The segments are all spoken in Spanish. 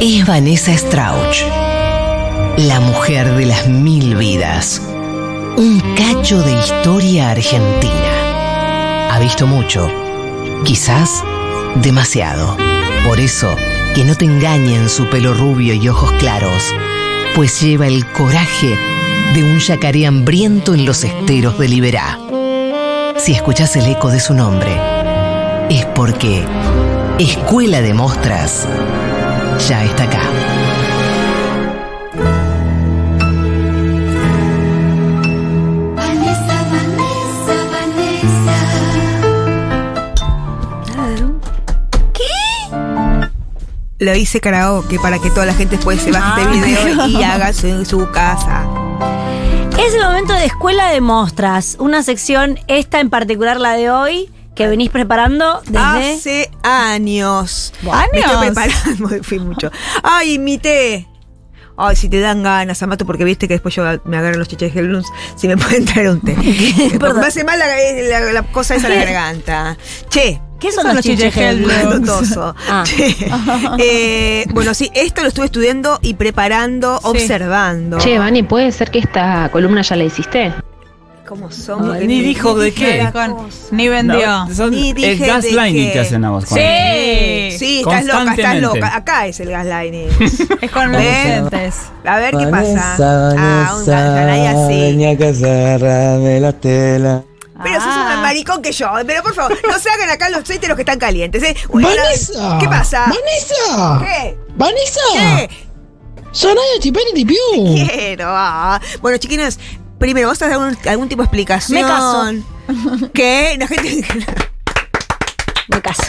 Es Vanessa Strauch, la mujer de las mil vidas. Un cacho de historia argentina. Ha visto mucho, quizás demasiado. Por eso, que no te engañen su pelo rubio y ojos claros, pues lleva el coraje de un yacaré hambriento en los esteros de Liberá. Si escuchás el eco de su nombre, es porque Escuela de Mostras ya está acá. Vanessa, Vanessa, Vanessa. Lo hice karaoke para que toda la gente después se baje Ah. este video y haga su- en su casa. Es el momento de Escuela de Mostras, una sección, esta en particular, la de hoy, que venís preparando Ah, desde... Hace años. Buah. Me estoy ¿Años? preparando, fui mucho. Ay, imité. Ay, si te dan ganas, Amato, porque viste que después yo me agarran los chiches de Lunes, si me pueden traer un té. Porque Perdón. me hace mal la, eh, la- la cosa esa de la garganta. Che. ¿Qué son los chiches Hellblums? Grandotoso. Ah. Che. Eh, bueno, sí, esto lo estuve estudiando y preparando, observando. Che, Vani, ¿puede ser que esta columna ya la hiciste? ¿Cómo somos? Ay, que ni me- dijo de qué. la cosa. Ni vendió. No, son Ni dije el de gaslighting qué. que hacen a vos. Sí. Sí, estás loca, estás Constantemente. loca. Acá es el gaslighting. Es con los Ven. docentes. A ver qué pasa. ah, un Vanessa, galay así. venía a casarme la tela. Pero sos Ah. un maricón que yo. Pero por favor, no se hagan acá los los que están calientes, ¿eh? Una- Vanessa. ¿Qué pasa? Vanessa. ¿Qué? Vanessa. ¿Qué? Soraya Chipani Tipiu. Quiero. ah. Bueno, chiquinos, primero, ¿vos estás algún, algún tipo de explicación? Me caso. ¿Qué? La gente. Me caso.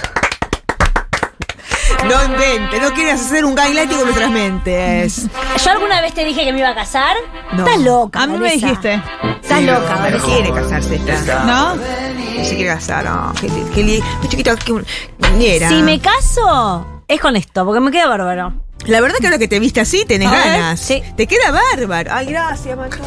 No invente, no quieras hacer un gaslighting con nuestras mentes. Yo alguna vez te dije que me iba a casar. No. Estás loca. A mí me Vanessa. dijiste, Estás loca, No Vanessa. quiere casarse esta. ¿no? No se quiere casar, no. Qué, qué li- qué chiquito, qué niñera. Si me caso, es con esto, porque me queda bárbaro. La verdad que ahora que te viste así tenés A ver, ganas. sí. Te queda bárbaro. Ay, gracias, Matú.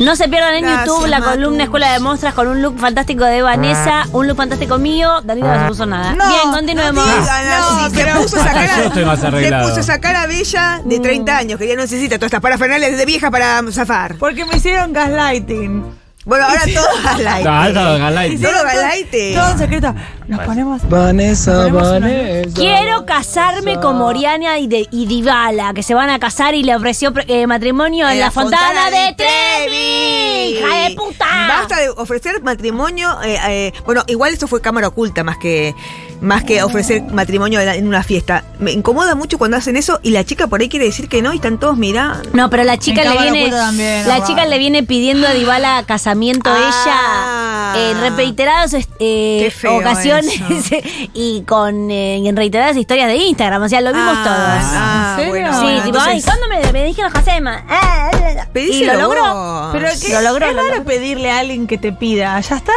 No se pierdan en Gracias, YouTube la Matu. columna Escuela de Mostras con un look fantástico de Vanessa, un look fantástico mío. Dalila no se puso nada. No, Bien, continuemos. No, digan así. se puso esa cara. Yo estoy más arreglado. Se puso esa cara bella de 30 años, que ya no necesita todas estas parafernales de vieja para zafar. Porque me hicieron gaslighting. Bueno, ahora todo gaslight. No, alto gaslighting. Todo gaslight. Todo en secreto. Nos ponemos. Vanessa, Ponemos una- Vanessa. Quiero casarme con Moriana y, de, y Dybala, que se van a casar y le ofreció eh, matrimonio en, la, fontana, de Trevi. ¡Hija de puta! Basta de ofrecer matrimonio. eh, eh, bueno, igual esto fue cámara oculta más que más que ofrecer matrimonio en la- en una fiesta. Me incomoda mucho cuando hacen eso y la chica por ahí quiere decir que no y están todos mirando. No, pero la chica En le cámara viene. oculta también, la ah, chica va. le viene pidiendo a Dybala casamiento Ah. ella en reiteradas eh, Qué feo ocasiones eso. y con eh, y en reiteradas historias de Instagram. O sea, lo vimos todos. Ah, ¿En serio? bueno, sí, bueno, tipo, ay, entonces- ¿cuándo me, me dijeron casemos? Ah, ah, ah. ¿Y Pedíselo lo logró? vos. Pero que Lo logró, es lo raro logró. pedirle a alguien que te pida. Ya está.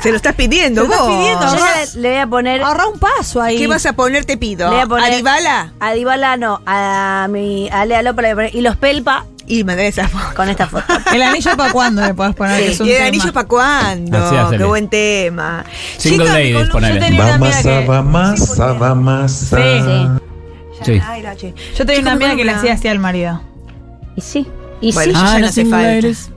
Te lo estás pidiendo Te lo estás vos. pidiendo, Yo ahorrá- ya le, le voy a poner. Ahorra un paso ahí. ¿Qué vas a poner te pido? Le voy a poner- Dybala? A Dybala no, a mi a Lea López le voy a poner- y los Pelpa Y mandar esa foto. con esta foto. ¿El anillo para cuándo le podés poner? que es un ¿Y el tema? anillo para cuándo? Así, hacele. Qué buen tema. Single Chicos, ladies, con- ponele. Yo tenía una amiga Vamasa, que. vamasa, vamasa. Sí, Sí. Ay, la che. Yo Yo tenía una amiga que le Chicos, hacía así al marido. Y sí, y Bueno, sí. ya Ah, no los hace single falta. ladies.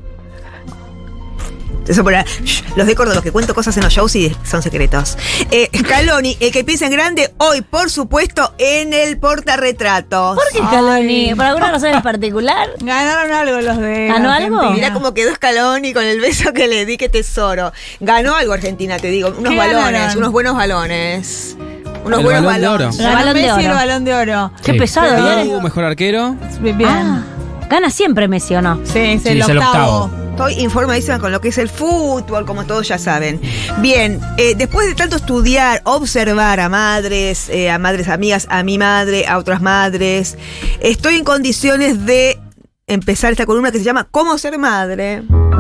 Eso por ahí. Shh, los de Córdoba, los que cuento cosas en los shows y son secretos. Eh, Scaloni, el que piensa en grande, hoy, por supuesto, en el portarretratos. ¿Por qué Scaloni? ¿Por alguna razón en particular? Ganaron algo los de. ¿Ganó Argentina. algo? Mirá cómo quedó Scaloni con el beso que le di, qué tesoro. Ganó algo Argentina, te digo. Unos ¿Qué balones, ganaron? unos buenos balones. Unos El Balón de buenos balones. Oro. Ganó Balón de Messi oro. el balón de oro. Qué pesado, ¿eh? Dibu, mejor arquero. Bien. Ah, gana siempre Messi o no. Sí, es el Sí, es el octavo. octavo. Estoy informadísima con lo que es el fútbol, como todos ya saben. Bien, eh, después de tanto estudiar, observar a madres, eh, a madres amigas, a mi madre, a otras madres, estoy en condiciones de empezar esta columna que se llama ¿Cómo ser madre? Vos,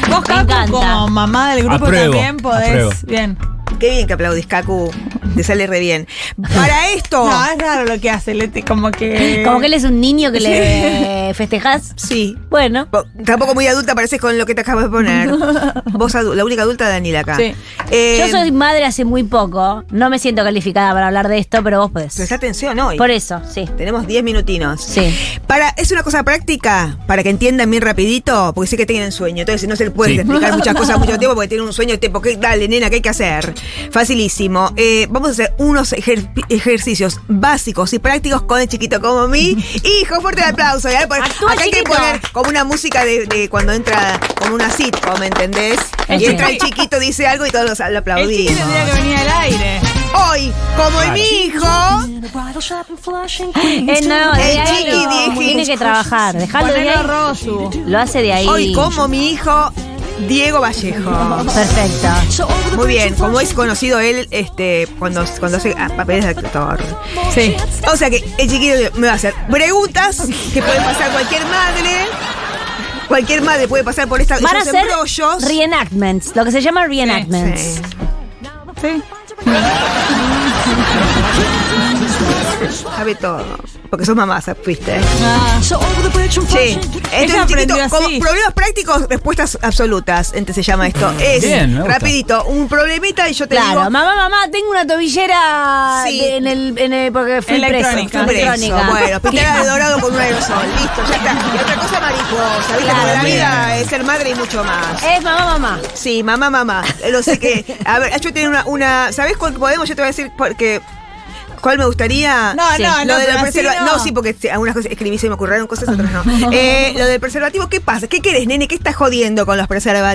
Me Cacu, encanta. como mamá del grupo Apruebo, también podés. apruebo. Bien. Qué bien que aplaudís, Cacu. te sale re bien. Para esto. No, es raro lo que hace, Leti, como que... Como que él es un niño que le festejas. Sí. Bueno. Po- Tampoco muy adulta pareces con lo que te acabas de poner. Vos, adu- la única adulta, Daniela, acá. Sí. Eh, Yo soy madre hace muy poco. No me siento calificada para hablar de esto, pero vos podés. Presta atención hoy. Por eso, sí. Tenemos 10 minutinos. Sí. Para, es una cosa práctica, para que entiendan bien rapidito, porque sé que tienen sueño, entonces no se les puede Sí. explicar muchas cosas mucho tiempo porque tienen un sueño tipo, ¿qué, dale nena, ¿qué hay que hacer? Facilísimo. Eh, vamos a hacer unos ejer- ejercicios básicos y prácticos con el chiquito como mi hijo. Fuerte el aplauso. Y ahora pon- Actúa, acá hay que chiquito. poner como una música de, de cuando entra, como una sitcom, ¿entendés? El y entra el chiquito. chiquito, dice algo y todos lo El chiqui aplaudimos. tendría que venir al aire. Hoy, como mi hijo... Eh, no, El déjalo. chiqui dijo. Tiene que trabajar. Dejalo de Ponelo ahí. Rosu. Lo hace de ahí. Hoy como mi hijo Diego Vallejo. Perfecto. Muy bien, como es conocido él este, cuando, cuando hace ah, papeles de actor. Sí. O sea que el chiquillo me va a hacer preguntas que pueden pasar cualquier madre. Cualquier madre puede pasar por esta, Van a esos hacer embrollos. reenactments, lo que se llama reenactments. Sí. Sí. Sabe todo. Porque sos mamá, fuiste. Sí. Entonces, Ella chiquito, aprendió como así. problemas prácticos, respuestas absolutas. Entonces se llama esto. Es Bien, me gusta. rapidito, un problemita y yo te Claro, digo. mamá, mamá, tengo una tobillera Sí. de- en, el, en el- porque fui preso. Electrónica. Fui fui preso. electrónica. Bueno, pintada de dorado con un aerosol. Listo, ya está. Y otra cosa mariposa. ¿Viste? Claro. Porque la vida es ser madre y mucho más. Es mamá, mamá. Sí, mamá, mamá. Eh, Lo sé que. A ver, yo tengo una. una ¿Sabés cuál podemos? Yo te voy a decir porque. ¿Cuál me gustaría? No, Sí. no, lo no, del pero así preserva- no. No, sí, porque sí, algunas cosas escribí, se me ocurrieron cosas, otras no. Eh, lo del preservativo, ¿qué pasa? ¿Qué querés, nene? ¿Qué estás jodiendo con los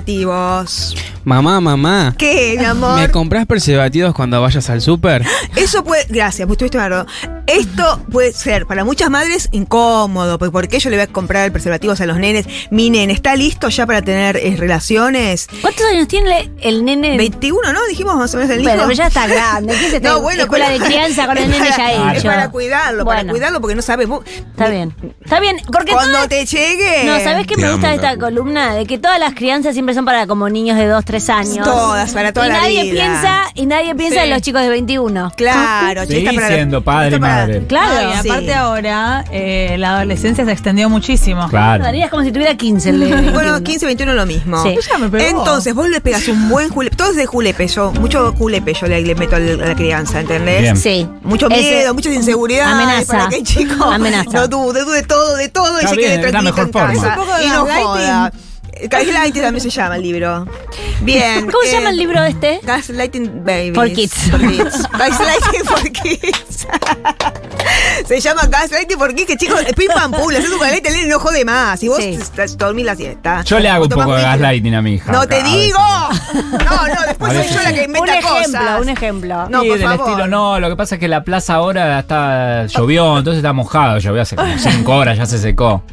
preservativos? Mamá, mamá, ¿Qué, mi ¿me amor? compras preservativos cuando vayas al súper? Eso puede. Gracias, pues estuviste bárbaro. Esto puede ser para muchas madres incómodo, pues porque yo le voy a comprar preservativos a los nenes. Mi nene, ¿está listo ya para tener eh, relaciones? ¿Cuántos años tiene el, el nene? 21, ¿no? Dijimos más o menos el hijo. Bueno, pero ya está grande. ¿Qué se está- escuela de crianza con el es nene para- ya Es hecho? para cuidarlo, para Bueno. cuidarlo porque no sabes. vos- Está bien. Está bien, porque Cuando todas- te llegue. No, ¿sabes qué Te me amo, gusta de esta Gaby. columna? De que todas las crianzas siempre son para como niños de 2, 3 años. Todas, para toda y la nadie vida. Piensa, y nadie piensa Sí. en los chicos de 21. Claro, che, Seguí está para- siendo padre está y para- madre. Claro. No, y Ah, sí. aparte ahora, eh, la adolescencia se extendió muchísimo. Claro. Daría es como si tuviera 15. el de 21. Bueno, 15, 21 lo mismo. Sí. Ella me pegó. Entonces, vos le pegas un buen julepe. Todo es de julepe, yo. Mucho julepe yo le, le meto a la a la crianza, ¿entendés? Bien. Sí. Mucho Ese- miedo, muchas inseguridades. Amenaza. Para que el chico Amenaza. No dude, dude todo, de todo y Está se bien, quede es la tranquilo en mejor casa. forma. Un poco de y no gaslighting. joda. Eh, Gaslighting también se llama el libro. Bien. ¿Cómo se eh, llama el libro este? Gaslighting Babies. For Kids. For kids. Gaslighting for Kids. Se llama Gaslighting for Kids, que chicos, pim pam pum, le haces un gaslight, el nene no jode más. Y vos Sí. te- te dormís la siesta. Yo le hago O un tomás poco de micro. gaslighting a mi hija. ¡No te acá, a digo! No, no, A después soy veces yo la sí. que un inventa ejemplo, cosas. un ejemplo. No, sí, por del favor. estilo, no, lo que pasa es que la plaza ahora está llovió, entonces está mojado, llovió hace como 5 horas, ya se secó.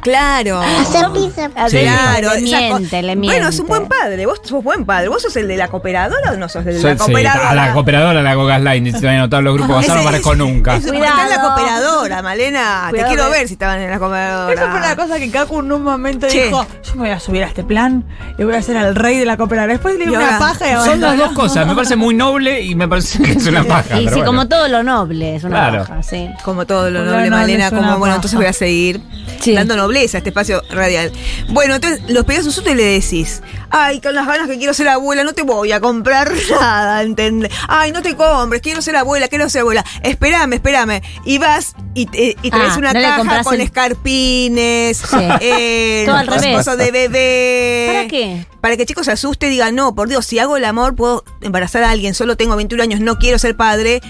Claro. Ah, Sí. Claro, le esas co- miente, le miente. Bueno, es un buen padre. Vos sos buen padre. ¿Vos sos el de la cooperadora o no sos el de Yo, la sí, cooperadora? a la cooperadora le hago gaslighting, si te van a notar los grupos WhatsApp no Ese- aparezco nunca. Eso, porque Está en la Cuidado. cooperadora, Malena. Cuidado Te quiero que- ver si estaban en la cooperadora. Eso fue una cosa que Kaku en un momento Che. dijo, yo me voy a subir a este plan y voy a ser el rey de la cooperadora. Después le Y di una ahora, paja y Son las abandonó. dos cosas, me parece muy noble y me parece que es una paja. Y pero sí, bueno. como todo lo noble, es una Claro. baja, sí. Como todo lo Lo noble, noble Malena, es como una bueno, paja. entonces voy a seguir Sí. dando nobleza a este espacio radial. Bueno, entonces los pegás un susto y le decís, ay, con las ganas que quiero ser abuela, no te voy a comprar nada, ¿entendés? Ay, no te compres, quiero ser abuela, quiero ser abuela, espérame, espérame. Y vas y, te- y traes Ah, una no le caja compras con el- escarpines, Sí. eh, Todo al cosas revés. de bebé. ¿Para qué? Para que chicos se asuste y digan, no, por Dios, si hago el amor puedo embarazar a alguien, solo tengo 21 años, no quiero ser padre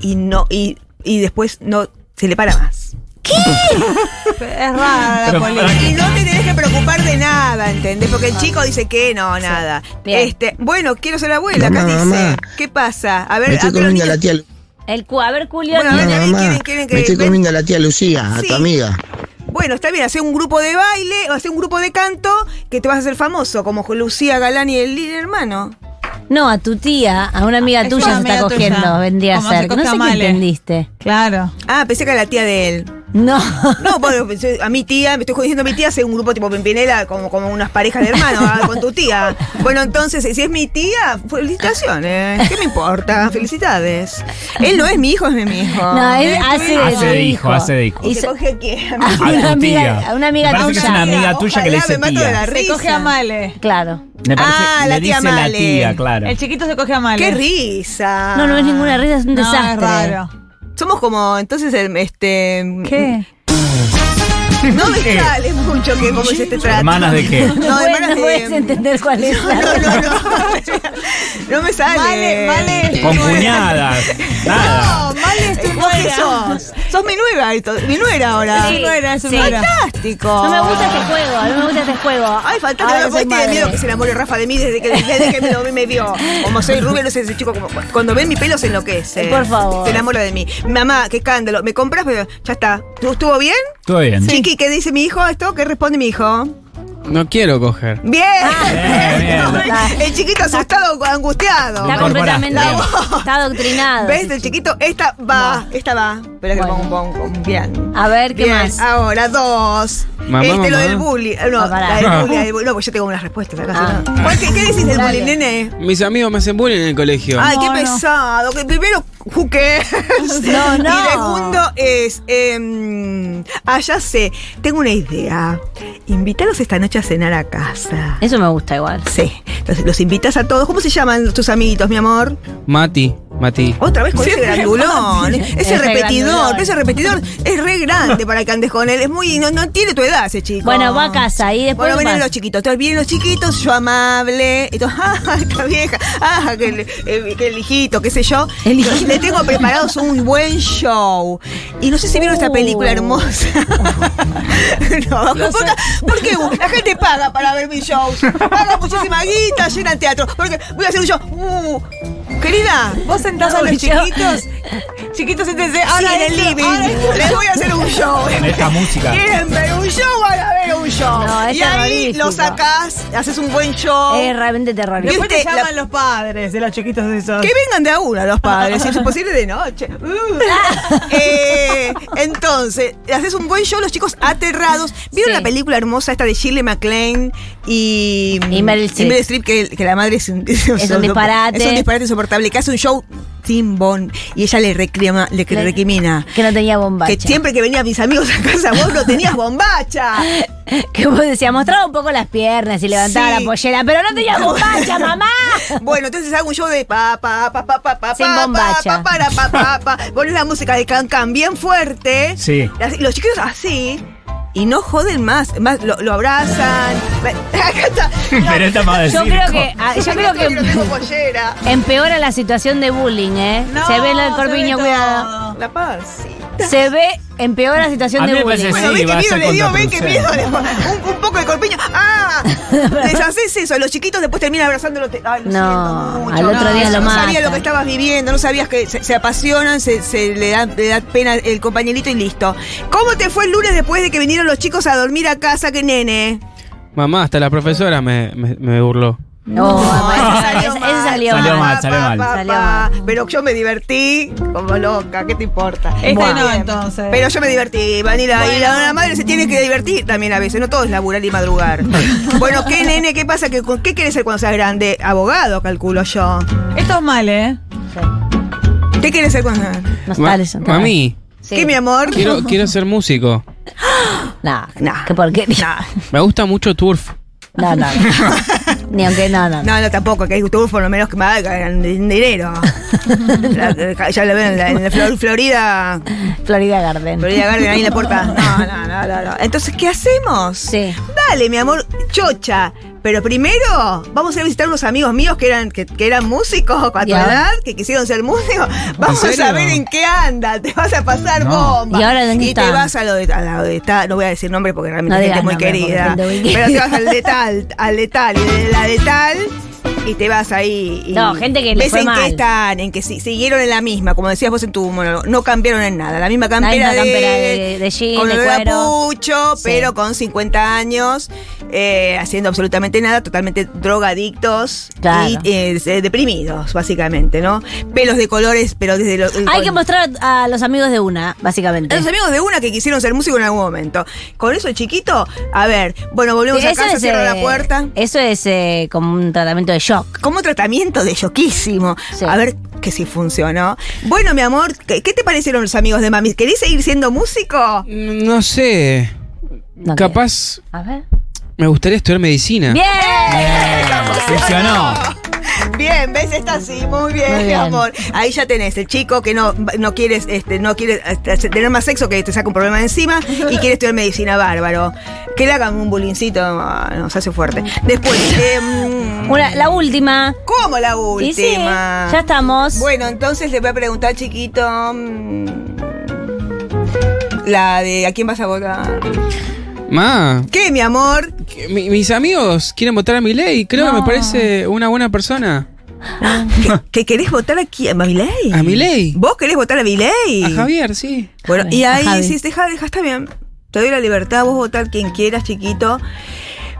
y no y, y después no se le para más. Es rara la Pero- política. Y no te tenés que preocupar de nada, ¿entendés? Porque el chico dice que no, nada. Bien. Este, bueno, quiero ser abuela, acá Mamá, dice. mamá. ¿Qué pasa? A ver, Me estoy antes los comiendo a niños- la tía Lu- El cu, a ver, Julio. Bueno, eh, a ver, Mamá, quieren- mamá, quieren que- me estoy ven- comiendo a la tía Lucía, a Sí. tu amiga. Bueno, está bien, hacer un grupo de baile, o hacer un grupo de canto que te vas a hacer famoso, como Lucía Galán y el líder hermano. no, a tu tía, a una amiga Es tuya una se está amiga tuya. cogiendo, vendría a Como se ser. No coge sé a qué Male. entendiste. Claro. Ah, pensé que era la tía de él. No. No, bueno, pensé, a mi tía, me estoy jodiendo a mi tía, hace un grupo tipo Pimpinela, como, como unas parejas de hermanos, ah, con tu tía. Bueno, entonces, si es mi tía, felicitaciones. ¿Qué me importa? Felicidades. Él no es mi hijo, es mi hijo. No, él hace, Hace de hijo. hijo, hace de hijo. Y Hizo- se coge aquí. Ah, A tu una amiga- tía. a una amiga Me parece que es tuya. Ah, una amiga tuya que le Ojalá me dice mato de la tía. Se risa. coge a Male. Claro. Me parece, Ah, la le tía dice la Male. tía, claro. El chiquito se coge a Male. ¡Qué risa! No, no es ninguna risa, es un No, desastre. es raro. Somos como, entonces, el- este. ¿Qué? No me ¿Qué? sale mucho que cómo es este trato. ¿Hermanas de qué? No, No, puedes, hermanas no de. em, puedes entender cuál es la eh, No, no, no. No me sale. Male, Male. Con cuñadas. Nada. No, Male es tu ¿Vos qué nuera. sos? Sos mi nuera, esto- mi nuera ahora. Es Sí, su nuera, es su sí. nuera. Fantástico. No me gusta este juego, no me gusta este juego. Ay, Ahora fantástico. soy Vos tiene madre. miedo que se enamore Rafa de mí desde que, desde que me, lo- me vio. Como soy rubia, no sé ese chico. Como, cuando ven mi pelo se enloquece. Ay, por favor. Se enamora de mí. Mamá, qué escándalo. ¿Me compras? Pero ya está. ¿Tú- ¿Estuvo bien? Todo bien. Chiqui, ¿qué dice mi hijo esto? ¿Qué responde mi hijo? No quiero coger. Bien. Bien, bien. El chiquito asustado, angustiado. Está Incorporaste. completamente. La voz. Está adoctrinado. ¿Ves? El chiquito, esta va, esta va. Espera que le Bueno. pongo un bongo. Bien. A ver, ¿qué Bien, ah. más? ahora dos. Mamá, este lo mamá. del bullying. Ah, No, Ah, pará. la del Ah. bullying, la del bullying. No, pues yo tengo unas respuestas acá. Ah. si no. Juan, ¿Qué, qué decís del bullying, nene? Mis amigos me hacen bullying en el colegio. Ay, qué No, no. pesado. Que primero, who cares? No, no. Y segundo es. em, ah, ya sé. Tengo una idea. Invítalos esta noche a cenar a casa. Eso me gusta igual. Sí. Entonces, los invitas a todos. ¿Cómo se llaman tus amiguitos, mi amor? Mati, Mati. Otra vez con ese grandulón. Ese Es re repetidor. grandulón. Pero ese repetidor es re grande para que andes con él. Es muy. No, no tiene tu edad ese chico. Bueno, va a casa y después Ah. Bueno, vienen vas. los chiquitos. Entonces vienen los chiquitos, yo amable. Y todo, ah, esta vieja, ah, que, el- eh, que el hijito, qué sé yo. El hijito. Le tengo preparados un buen show. Y no sé si vieron esta Uh. película hermosa. no, porque, porque la gente paga para ver mis shows. Paga muchísima guita, llenan teatro. Porque voy a hacer un show. Uh, querida, Vos sentás a los No, yo- chiquitos. Chiquitos, siéntense. ahora Ahora en el esto, living. ahora esto. Les voy a hacer un show. Con esta música. Quieren ver un show, van a ver un show. No, es y ahí terrorífico. lo sacás, haces un buen show. Es realmente terrorífico. Después te ¿Viste? La- llaman los padres de los chiquitos esos. que vengan de a uno los padres, si es posible de noche. Uh. Eh, entonces, haces un buen show, los chicos aterrados. ¿Vieron Sí. la película hermosa esta de Shirley MacLaine y, Y Meryl Streep. Streep, que, que la madre es un, es disparate. Es un disparate insoportable, que hace un show sin bon y ella le, reclama, le, Le- recrimina. Que no tenía bombacha. Que siempre que venían mis amigos a casa vos no tenías bombacha. Que vos decías, mostraba un poco las piernas y levantaba Sí. la pollera, pero no tenía bombacha, mamá. Bueno, entonces hago un show de pa pa pa pa pa pa Sin pa, pa bombacha. para, pa pa pa Pones la música de Can Can bien fuerte. Sí. Las- Los chicos así. Y no joden más, más lo, lo abrazan. Acá está. Pero esta más de Yo circo. creo que, ah, yo creo No tengo que pollera. empeora la situación de bullying, ¿eh? No, se ve lo del se ve corpiño, todo. cuidado. La paz. Se ve, empeora la situación A mí de me bullying. parece- Bueno, Sí, ve que va a miedo ser le dio, ve que miedo contraproducente. le un, un poco de corpiño. ¡Ah! Les haces eso, los chiquitos después terminan abrazándolo. te- ay, lo No, siento mucho. al otro día lo no sabía matan. lo que estabas viviendo, no sabías que se, se apasionan, se, se le, da, le da pena el compañerito y listo. ¿Cómo te fue el lunes después de que vinieron los chicos a dormir a casa, que nene? Mamá, hasta la profesora me, me- me burló. No, No, Oh, ese salió, ese salió Salió mal. mal, salió mal. Salió pa. mal. Pero yo me divertí como loca, ¿qué te importa? Este Está no, bien. entonces. Pero yo me divertí, Vanila. Y la, la madre se tiene que divertir también a veces, no todo es laburar y madrugar. bueno, ¿qué nene? ¿Qué pasa? ¿Qué, con- ¿Qué querés ser cuando seas grande? Abogado, calculo yo. Esto es Male, ¿eh? ¿Qué querés ser cuando seas No está, Ma- Alison, está bien. Mami, Sí. ¿Qué, mi amor? quiero, quiero ser músico. No, Nah. qué porquería. Me gusta mucho turf. No, no. Ni aunque no, no. no. No, no, tampoco, que hay YouTube por lo menos que me hagan dinero. La- ya lo ven en, la- en la Flor- Florida, Florida Garden. Florida Garden ahí en la puerta. No, no, no, no, no. Entonces, ¿qué hacemos? Sí. Dale, mi amor, chocha. Pero primero vamos a ir a visitar unos amigos míos que eran, que, que eran músicos a tu ¿Y ahora? edad, que quisieron ser músicos. Vamos serio? a ver en qué anda. Te vas a pasar No. bomba. ¿Y ahora dónde te está? vas a lo de, a la de tal, no voy a decir nombre porque realmente No hay gente digas muy nombre, porque querida. gente muy Pero te vas al de tal, al de tal y de la de tal. y te vas ahí. y No, gente que le Ves fue en mal. qué están, en que si- siguieron en la misma, como decías vos en tu monólogo, no cambiaron en nada. La misma campera, misma campera él, de- de jean, con de olor a cuero. pucho, Sí. pero con 50 años, eh, haciendo absolutamente nada, totalmente drogadictos Claro. y eh, eh, deprimidos, básicamente, ¿no? Pelos de colores, pero desde los. Hay que mostrar a los amigos de una, básicamente. A los amigos de una que quisieron ser músicos en algún momento. Con eso, chiquito, a ver, bueno, volvemos a casa, cierra eh, la puerta. Eso es eh, como un tratamiento de shock. Como tratamiento de choquísimo. Sí. A ver que si funcionó. Bueno, mi amor, ¿qué, qué te parecieron los amigos de mami? ¿Querés seguir siendo músico? Mm, No sé. No Capaz A ver. me gustaría estudiar medicina. ¡Bien! Funcionó. Bien, ves, está así, muy bien, Muy mi bien. amor. Ahí ya tenés el chico que no, no quieres, este, no quieres este, tener más sexo, que te saca un problema de encima y quiere estudiar medicina bárbaro. Que le hagan un bulincito, ah, nos hace fuerte. Después, em, Una- la última. ¿cómo la última? Y sí, ya estamos. Bueno, entonces le voy a preguntar, chiquito. mm, La de ¿a quién vas a votar? Ma, ¿Qué, mi amor? que mi- mis amigos quieren votar a mi ley. Creo que me parece una buena persona. ¿Que, que querés votar aquí a Milei? ¿A Milei? ¿Vos querés votar a Milei? A Javier, sí. Bueno, y A ahí Javi. sí, deja, deja, está bien. Te doy la libertad, vos votar quien quieras, chiquito.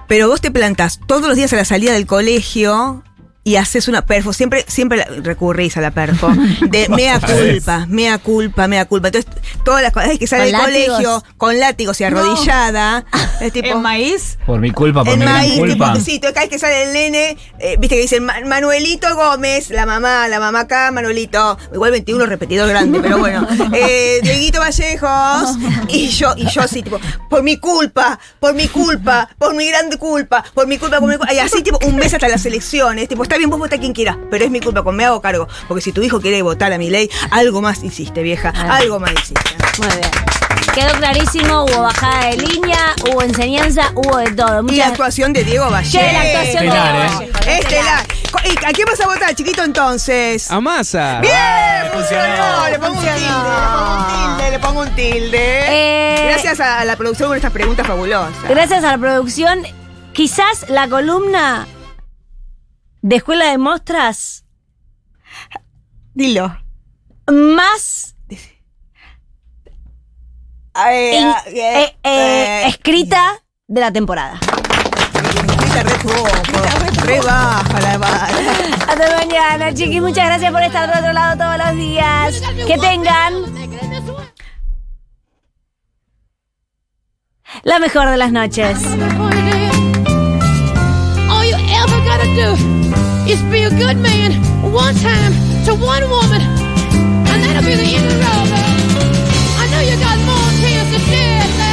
Pero vos te plantás todos los días a la salida del colegio y haces una perfo. Siempre, siempre la- recurrís a la perfo. De mea culpa, mea culpa, mea culpa. Entonces, todas las cosas que sale del Con látigos. colegio con látigos y arrodillada. Es tipo. ¿En maíz? Por mi culpa, por El mi gran maíz, tipo, culpa. sí, cada vez que sale el nene, eh, viste que dicen "Ma- Manuelito Gómez, la mamá, la mamá acá, Manuelito. Igual 21 repetido grande, pero bueno. Eh, Dieguito Vallejos. Y yo, y yo así, tipo, por mi culpa, por mi culpa, por mi grande culpa, por mi culpa, por mi culpa. Y así, tipo, un mes hasta las elecciones. Tipo, está bien, vos votá quien quieras, pero es mi culpa, con me hago cargo. Porque si tu hijo quiere votar a mi ley, algo más hiciste, vieja. Algo más hiciste. Muy bien. Quedó clarísimo, hubo bajada de línea, hubo enseñanza, hubo de todo. Y la Muchas actuación Este, de Diego Valle. Che, la actuación de Estelar, Diego ¿eh? Vallejo, Estelar. ¿Y a quién vas a votar, chiquito, entonces? A Massa. ¡Bien! Funcionó. Funcionó. Le pongo un tilde, le pongo un tilde, le pongo un tilde. Eh, Gracias a a la producción por estas preguntas fabulosas. Gracias a la producción, quizás la columna de Escuela de Mostras Dilo. más Eh, in- eh, eh, eh, eh, escrita de la temporada. escrita re poco, re baja la vara. Hasta mañana, chiquis. Muchas gracias por estar del otro lado todos los días. Que tengan la mejor de las noches. All you ever gotta do is be a good man one time to one woman, and that'll be the end of the road. babe. I know you got more tears to shed.